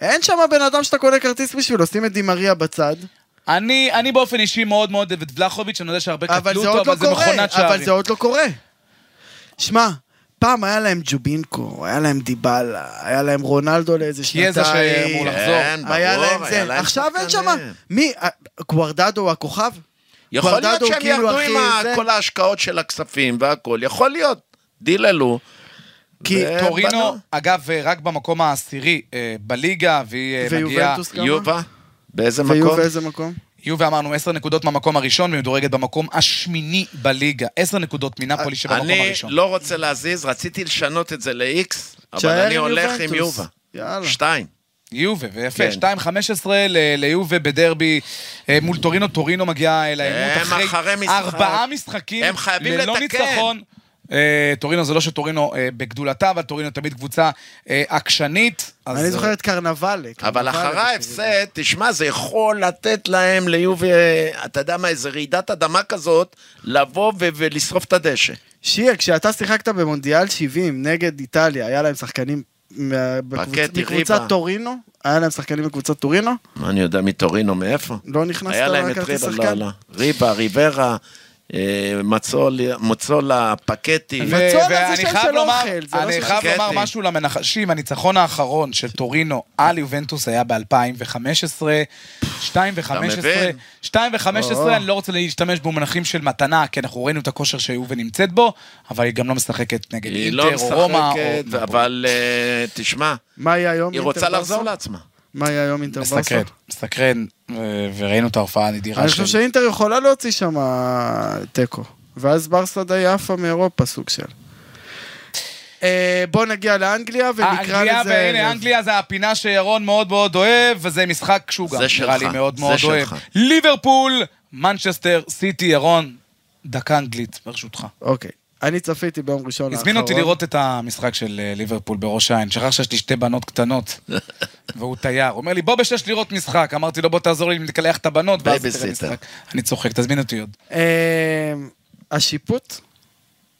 D: אין שם בן אדם שאתה קונה כרטיס בשבילו, שים את דימריה בצד.
A: אני אני באופן אישי מאוד מאוד אוהב את ולחוביץ', אני יודע שהרבה
D: אבל
A: קטלו
D: זה
A: אותו,
D: עוד לא
A: אבל זה
D: קורה,
A: מכונת
D: אבל
A: שערים.
D: זה עוד לא קורה. שמע, פעם היה להם ג'ובינקו, היה להם דיבאלה, היה להם רונלדו לאיזה
A: קיאזה שאמור
D: שנתיים.
A: לחזור.
C: כן, ברור,
D: היה להם
C: היה
D: זה,
C: להם
D: עכשיו אין שם,
C: שחקנים.
D: מי, אה, גוורדדו הוא הכוכב?
C: יכול להיות
D: גוורדדו הוא
C: שהם
D: כאילו
C: ירדו
D: הכי
C: עם ה-
D: זה.
C: כל ההשקעות של הכספים והכל, יכול להיות. דיללו.
D: כי
C: ו-
A: טורינו,
C: בנו.
A: אגב, אה, רק במקום העשירי אה, בליגה, והיא אה, מגיעה...
D: ויובנטוס כמה?
C: יובה, באיזה מקום?
D: ויובה איזה מקום?
A: יובה אמרנו 10 נקודות מהמקום הראשון, ומדורגת במקום השמיני בליגה. 10 נקודות מנפולי שבמקום
C: אני
A: הראשון.
C: לא רוצה להזיז, רציתי לשנות את זה ל-X, אבל
D: תשאר
C: אני
D: עם
C: הולך עם
D: יובנטוס.
C: יובה.
D: יאללה.
C: שתיים.
A: יובה, ויפה,
C: כן.
A: 2.15 ל- ליובה בדרבי אה, מול טורינו, טורינו מגיעה אל
C: הם
A: העימות
C: אחרי משחק.
A: ארבעה משחקים,
C: הם חייבים
A: ללא
C: לתקן.
A: ניצחון. אה, טורינו זה לא שטורינו אה, בגדולתה, אבל טורינו תמיד קבוצה אה, עקשנית. אז,
D: אני זוכר
A: אה,
D: את קרנבלה.
C: כן, אבל
D: קרנבלה
C: אחרי
D: בקריאה.
C: ההפסד, תשמע, זה יכול לתת להם ליובי, אתה יודע מה, איזה רעידת אדמה כזאת, לבוא ו- ולשרוף את הדשא.
D: שיה, כשאתה שיחקת במונדיאל 70 נגד איטליה, היה להם שחקנים מה- בקבוצ-
C: פקטי,
D: מקבוצת
C: ריבה.
D: טורינו? היה להם שחקנים מקבוצת טורינו?
C: מה אני יודע מטורינו, מאיפה?
D: לא נכנסת
C: היה להם את
D: לכרטיס
C: ריבה, לא,
D: שחקן?
C: לא. ריבה, ריברה, אה, מצול- מצולה, פקטי.
A: ו-
D: מצון הזה
A: ואני
D: של-
A: חייב
D: של
A: לומר-
D: אוכל, זה לא
A: אני
D: של
A: חייב
C: שקטים.
A: לומר משהו למנחשים, הניצחון האחרון של טורינו על יובנטוס היה ב-2015, 2 ו-15,
C: מבין?
A: 2 ו-15,
D: או.
A: אני לא רוצה להשתמש במונחים של מתנה, כי אנחנו ראינו את הכושר שיובה נמצאת בו, אבל היא גם לא משחקת נגד
C: היא לא
A: אינטר או רומא.
C: משחקת,
A: או-
C: אבל אה, תשמע,
D: מה היה היום?
C: היא
D: אינטר
C: רוצה לחזור
D: ברסה?
C: לעצמה.
D: מה היה היום אינטר ברסה?
A: מסקרן, מסקרן, ו- וראינו את ההופעה הנדירה
D: אני חושב
A: של...
D: שאינטר יכולה להוציא שם אה, תיקו. ואז ברסה די עפה מאירופה, סוג של. אה, בוא נגיע לאנגליה ונקרא
A: אנגליה,
D: לזה...
A: והנה,
D: ערב.
A: אנגליה זה הפינה שירון מאוד מאוד אוהב, וזה משחק שהוא
C: זה
A: גם נראה
C: שלך,
A: לי מאוד
C: זה
A: מאוד אוהב.
C: שלך.
A: ליברפול, מנצ'סטר, סיטי, ירון, דקה אנגלית, ברשותך.
D: אוקיי. אני צפיתי ביום ראשון האחרון.
A: הזמין אותי לראות את המשחק של אה, ליברפול בראש העין, שכח שיש לי שתי בנות
C: [laughs]
A: קטנות, והוא תייר. הוא אומר לי, בוא בשש לראות משחק. אמרתי לו, בוא תעזור לי לקלח את הבנות, ואז תראה
C: בייביסיטר.
A: משחק. אני צוחק, תזמין אותי עוד.
D: אה, השיפוט,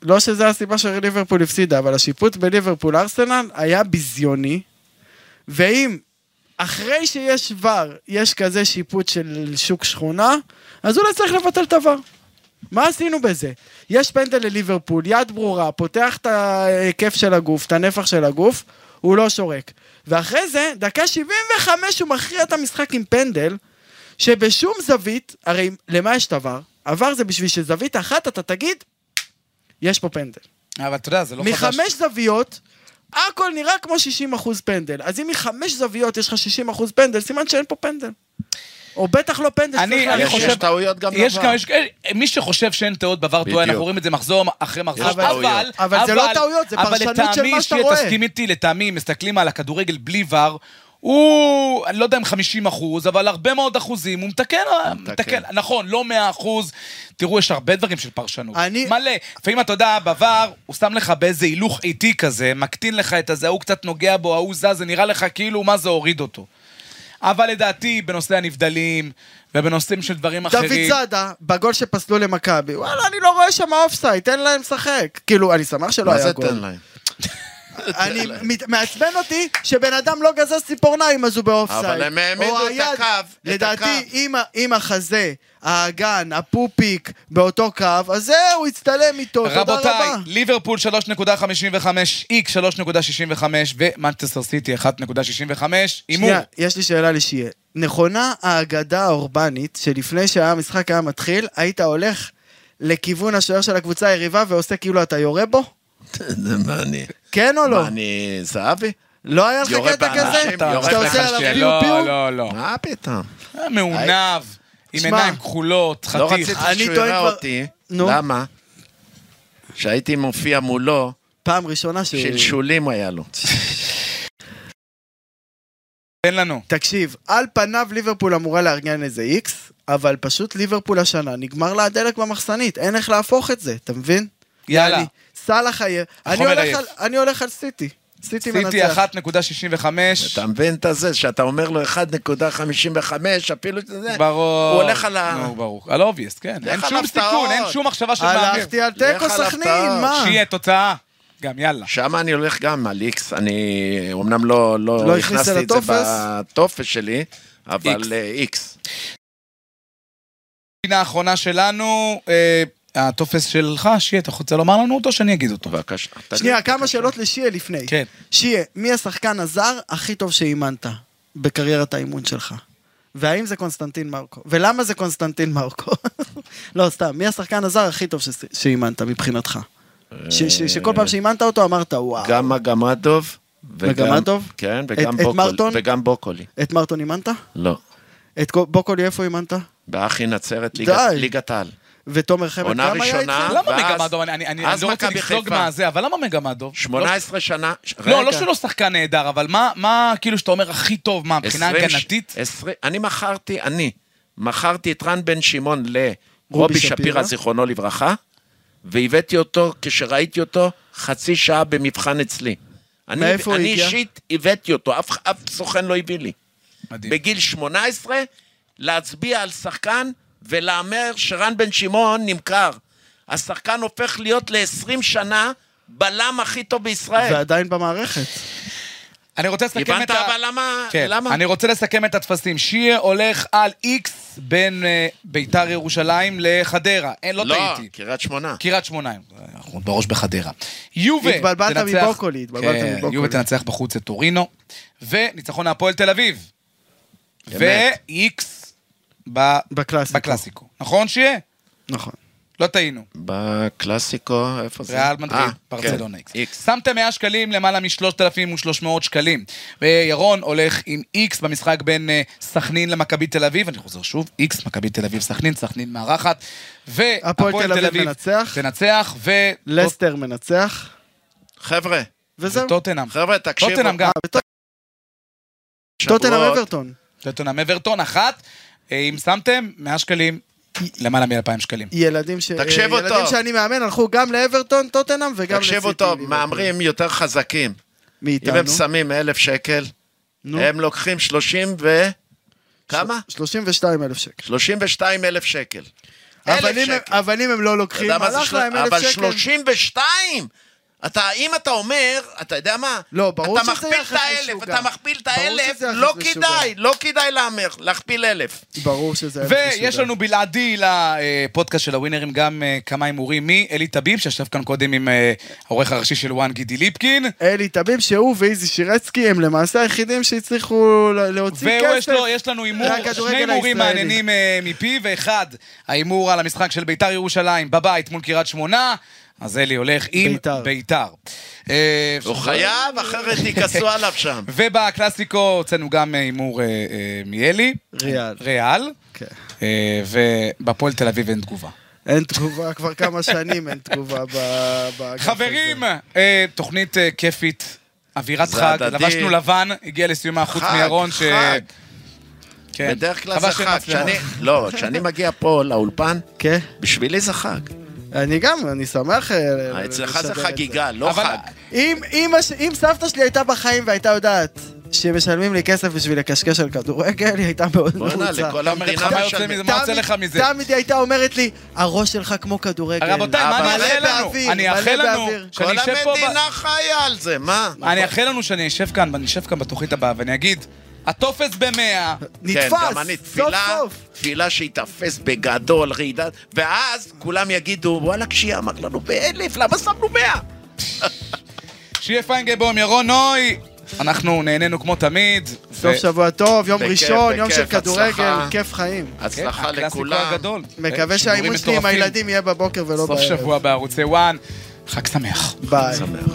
D: לא שזו הסיבה שליברפול הפסידה, אבל השיפוט בליברפול ארסנל היה ביזיוני, ואם אחרי שיש ור יש כזה שיפוט של שוק שכונה, אז אולי צריך לבטל את הוור. מה עשינו בזה? יש פנדל לליברפול, יד ברורה, פותח את ההיקף של הגוף, את הנפח של הגוף, הוא לא שורק. ואחרי זה, דקה 75 הוא מכריע את המשחק עם פנדל, שבשום זווית, הרי למה יש את עבר? עבר זה בשביל שזווית אחת אתה תגיד, יש פה פנדל.
A: אבל אתה יודע, זה לא חדש.
D: מחמש זוויות, הכל נראה כמו 60% פנדל. אז אם מחמש זוויות יש לך 60% פנדל, סימן שאין פה פנדל. או בטח לא פנדל,
A: אני-
D: צריך
A: אני
D: להגיד.
C: יש
A: חושב-
C: יש טעויות גם
A: יש
C: דבר.
A: גם, יש, אה, מי שחושב שאין טעות בבר טועה, אנחנו
C: בדיוק.
A: רואים את זה מחזור אחרי מחזור,
C: יש טעויות.
A: אבל,
D: אבל זה לא טעויות, זה
A: אבל
D: פרשנות של
A: לטעמי,
D: מה שאתה
A: שתהיה
D: רואה.
A: תסכים איתי, לטעמי, אם מסתכלים על הכדורגל בלי ור, הוא, אני לא יודע אם 50 אחוז, אבל הרבה מאוד אחוזים, הוא מתקן, מתקן. נכון, לא 100 אחוז. תראו, יש הרבה דברים של פרשנות.
D: אני-
A: מלא. לפעמים אתה יודע, בעבר, הוא שם לך באיזה הילוך איטי כזה, מקטין לך את הזה, ההוא קצת נוגע בו, ההוא זז, זה נראה לך כאילו, מה זה הוריד אותו. אבל לדעתי, בנושא הנבדלים, ובנושאים של דברים
D: דוד
A: אחרים...
D: זאדה, בגול שפסלו למכבי, וואלה, אני לא רואה שם אופסייד, תן להם לשחק. כאילו, אני שמח שלא
C: מה
D: היה
C: זה
D: גול.
C: תן להם?
D: [laughs]
C: [laughs]
D: אני, מת- מעצבן אותי שבן אדם לא גזז ציפורניים אז הוא באופסייד.
C: אבל הם העמידו
D: או
C: את
D: היד.
C: הקו, את
D: לדעתי,
C: הקו.
D: אם ה- אם החזה, האגן, הפופיק, באותו קו, אז זהו, הצטלם איתו, תודה רבה.
A: רבותיי, ליברפול 3.55, איקס 3.65 ומנצ'סטר סיטי 1.65. הימור.
D: שנייה, יש לי שאלה לשיהיה. נכונה האגדה האורבנית, שלפני שהמשחק היה מתחיל, היית הולך לכיוון השוער של הקבוצה היריבה ועושה כאילו אתה יורה בו?
C: זה מה אני...
D: כן או לא?
C: מה אני... זאבי?
D: לא היה לך
C: יורה
D: קטע כזה?
C: באנשים, יורה
D: שאתה עושה
C: באנשים.
D: עליו פיו
A: לא,
D: פיו?
A: לא, לא.
C: מה פתאום?
A: אה, מעונב, עם
D: שמע,
A: עיניים כחולות,
C: לא
A: חתיך.
C: רציתי
D: אני
C: שהוא
D: טוען
C: יראה
D: כבר-
C: אותי.
D: נו.
C: למה? כשהייתי מופיע מולו,
D: פעם ראשונה ש...
C: שלשולים היה לו.
A: תן לנו.
D: תקשיב, על פניו ליברפול אמורה לארגן איזה איקס, אבל פשוט ליברפול השנה, נגמר לה הדלק במחסנית, אין איך להפוך את זה, אתה מבין?
A: יאללה.
D: אני- סאלח עייף. אני
A: החומר
D: הולך
A: עייף.
D: על- אני הולך על סיטי. סיטי
A: סיטי
D: מנצח.
A: 1.65.
C: אתה מבין את הזה, שאתה אומר לו 1.55, אפילו את זה,
A: ברור.
C: הוא הולך על ה...
A: נו, ברור. על אובייסט, כן.
C: לך
A: אין
C: על
A: שום
C: הפתעות.
A: סיכון, אין שום מחשבה של מאמיר.
D: הלכתי על
C: לך
D: תיקו
C: על
D: סכנין,
C: הפתעות.
D: מה?
A: שיהיה תוצאה. גם יאללה.
C: שם אני הולך גם על איקס, אני אמנם לא, לא,
D: לא הכניס
C: הכנסתי
D: אל
C: את זה
D: הטופס?
C: בטופס שלי,
A: X.
C: אבל אה, איקס.
A: הפינה האחרונה שלנו, אה, הטופס שלך, שיהיה, אתה רוצה לומר לנו אותו, שאני אגיד אותו.
C: בבקשה.
D: שנייה,
C: תגיד,
D: כמה
C: בבקשה.
D: שאלות לשיעה לפני.
A: כן.
D: שיעה, מי השחקן הזר הכי טוב שאימנת בקריירת האימון שלך? והאם זה קונסטנטין מרקו? ולמה זה קונסטנטין מרקו? [laughs] לא, סתם, מי השחקן הזר הכי טוב ש- שאימנת מבחינתך? ש- ש- שכל פעם שאימנת אותו אמרת, וואו.
C: אה, גם מגמדוב. וגם-
D: מגמדוב?
C: כן,
D: את-
C: וגם
D: את
C: בוקולי.
D: מרטון?
C: וגם בוקולי,
D: את מרטון אימנת?
C: לא.
D: את קו- בוקולי איפה אימנת?
C: באחי נצרת, ליגת-
D: די.
C: ליגת העל.
D: ותומר חמד
C: עונה
D: גם היה
C: ראשונה.
D: איתך?
A: למה
C: אה, ואז-
A: מגמה דוב? אני- אני אני
C: אז
A: לא רוצה
C: מכבי
A: לסלוג
C: חיפה.
A: מהזה, אבל למה מגמה דוב?
C: 18 שנה... ש-
A: לא, לא,
C: רגע.
A: לא שהוא לא שחקן נהדר, אבל מה, מה כאילו שאתה אומר הכי טוב, מה, מבחינה
C: 20 ש-
A: הגנתית?
C: 20 אני מכרתי, אני, מכרתי את רן בן שמעון
D: רובי
C: לרובי
D: שפירא,
C: שפירא, זיכרונו לברכה, והבאתי אותו, כשראיתי אותו, חצי שעה במבחן אצלי. אני-
D: מאיפה הוא
C: אני
D: הגיע?
C: אישית הבאתי אותו, אף- אף סוכן לא הביא לי.
A: מדהים.
C: בגיל 18, להצביע על שחקן ולהמר שרן בן שמעון נמכר. השחקן הופך להיות ל-20 שנה בלם הכי טוב
D: לא,
C: בישראל.
D: ועדיין במערכת.
A: אני רוצה לסכם את ה...
C: הבנת אבל למה?
A: כן,
C: למה?
A: אני רוצה לסכם את הטפסים. שיר הולך על איקס בין אה, ביתר ירושלים לחדרה. אין, לא
C: לא,
A: טעיתי.
C: קריית שמונה.
A: קריית שמונה, אנחנו בראש בחדרה. יובה
D: התבלבלת
A: תנצח-
D: מבוקולי, התבלבלת
A: כן,
D: מבוקולי.
A: יובה תנצח בחוץ את טורינו, וניצחון הפועל תל אביב.
C: אמת.
A: ואיקס ב-
D: בקלאסיקו.
A: בקלאסיקו. נכון שיהיה?
D: נכון.
A: לא טעינו.
C: בקלאסיקו, איפה זה?
A: ריאל מדריד,
C: אה,
A: ברצלונה
C: כן,
A: איקס. שמתם 100 שקלים למעלה מ-3,300 שקלים. וירון הולך עם איקס במשחק בין אה, סכנין למכבי תל אביב, אני חוזר שוב, איקס, מכבי תל אביב, סכנין, סכנין מארחת. והפועל
D: תל אביב מנצח.
A: תנצח, ו...
D: לסטר מנצח,
C: חבר'ה,
D: וזהו.
A: וטוטנאם.
C: חבר'ה, תקשיבו.
A: טוטנאם גם.
D: אה, וטוט-
C: שבועות.
D: טוטנאם אברטון.
A: טוטנאם אברטון אחת, אה, אם שמתם 100 שקלים, למעלה מ-2,000 שקלים.
D: ילדים ש...
C: תקשיבו
D: ילדים
C: טוב.
D: שאני מאמן הלכו גם לאברטון, טוטנאם וגם לסיטי.
C: תקשיבו טוב,
D: ליברפול.
C: מהמרים יותר חזקים. אם
D: מאיתנו.
C: הם שמים אלף שקל,
D: נו.
C: הם לוקחים שלושים ו... כמה?
D: 32 אלף שקל.
C: שלושים ושתיים אלף שקל.
D: אבל אם הם- אבל אם הם לא לוקחים,
C: אתה יודע מה זה
D: הלך
C: של-
D: להם אלף
C: אבל
D: שקל.
C: 32! אתה, אם אתה אומר, אתה יודע מה?
D: לא, ברור
C: אתה
D: שזה
C: מכפיל
D: יחס
C: את האלף,
D: משוגע.
C: אתה מכפיל את
D: ברור
C: האלף,
D: שזה יחס
C: לא
D: משוגע.
C: כדאי, לא כדאי להמר, להכפיל אלף.
D: ברור שזה אלף
A: ויש
D: משוגע.
A: לנו בלעדי לפודקאסט של הווינרים גם אה, כמה הימורים מאלי טביב, שישב כאן קודם עם אה, העורך הראשי של וואן גידי ליפקין.
D: אלי טביב, שהוא ואיזי שירצקי הם למעשה היחידים שהצליחו לה- להוציא כסף.
A: ויש לו, יש לנו הימור,
D: מהכדורגל
A: שני הימורים
D: הישראלי.
A: מעניינים אה, מפיו, ואחד, ההימור על המשחק של ביתר ירושלים בבית מול קריית שמונה, אז אלי הולך עם
D: ביתר.
A: ביתר. אה,
C: הוא חייב, אחרת יכעסו עליו שם.
A: ובקלאסיקו הוצאנו גם אה, הימור אה, אה, מאלי.
D: ריאל.
A: ריאל.
D: כן.
A: אה, ובפועל תל אביב אין תגובה.
D: אין תגובה, כבר כמה שנים אין תגובה ב... באגף הזה.
A: חברים, אה, תוכנית אה, כיפית. אווירת
C: זה
A: חג,
C: הדדי.
A: לבשנו לבן, הגיע לסיום החוץ
C: חג,
A: מירון, ש...
C: חג.
A: כן.
C: בדרך כלל
A: חבל
C: זה
A: שאין
C: חג.
A: מצלמות.
C: כשאני- לא, כשאני מגיע פה לאולפן,
D: כן.
C: בשבילי זה חג.
D: אני גם, אני שמח... אה,
C: אצלך
D: כן, לשדר
C: זה
D: את
C: חגיגה, לא
A: אבל-
C: חג.
D: אם, אמא, ש- אם סבתא שלי הייתה בחיים והייתה יודעת שמשלמים לי כסף בשביל לקשקש על כדורגל, היא הייתה מאוד
C: בוא'נה,
D: מרוצה.
C: לכל
A: אומרת לך,
C: המדינה
A: מה יוצא
C: משלמים.
A: מזה? מה יוצא
D: תמיד-
A: לך מזה?
D: תמיד היא הייתה אומרת לי, הראש שלך כמו כדורגל.
A: רבותיי, מה
C: אבל-
A: אני
D: מלא
A: אאחל לנו?
D: באוויר,
A: אני
D: מלא
A: אאחל לנו
D: באוויר.
A: שאני
C: כל
A: אשב פה... ב-
C: המדינה חיה על זה, מה?
A: אני אאחל לנו שאני אשב כאן, ואני אשב כאן בתוכנית הבאה, ואני אגיד, הטופס במאה,
D: נתפס,
C: כן, גם אני
D: סוף
C: תפילה,
D: סוף.
C: תפילה שייתפס בגדול, רעידת, ואז כולם יגידו, וואלה, כשהיא אמר לנו באלף, למה שמנו מאה?
A: כן, שיהיה פיינגלבום, ירון נוי, אנחנו נהנינו כמו תמיד.
D: סוף
A: ו-
D: שבוע טוב, יום
C: בכיף,
D: ראשון, יום של
C: בכיף,
D: כדורגל,
C: הצלחה.
D: כיף חיים.
A: כן,
C: הצלחה
A: הקלאסיקו
C: לכולם.
A: הגדול. שידורים
D: מקווה שהאימון שלי עם
A: מטורפים.
D: הילדים יהיה בבוקר ולא
A: סוף
D: בערב.
A: שבוע בערוצי וואן, חג שמח.
D: ביי.
C: שמח.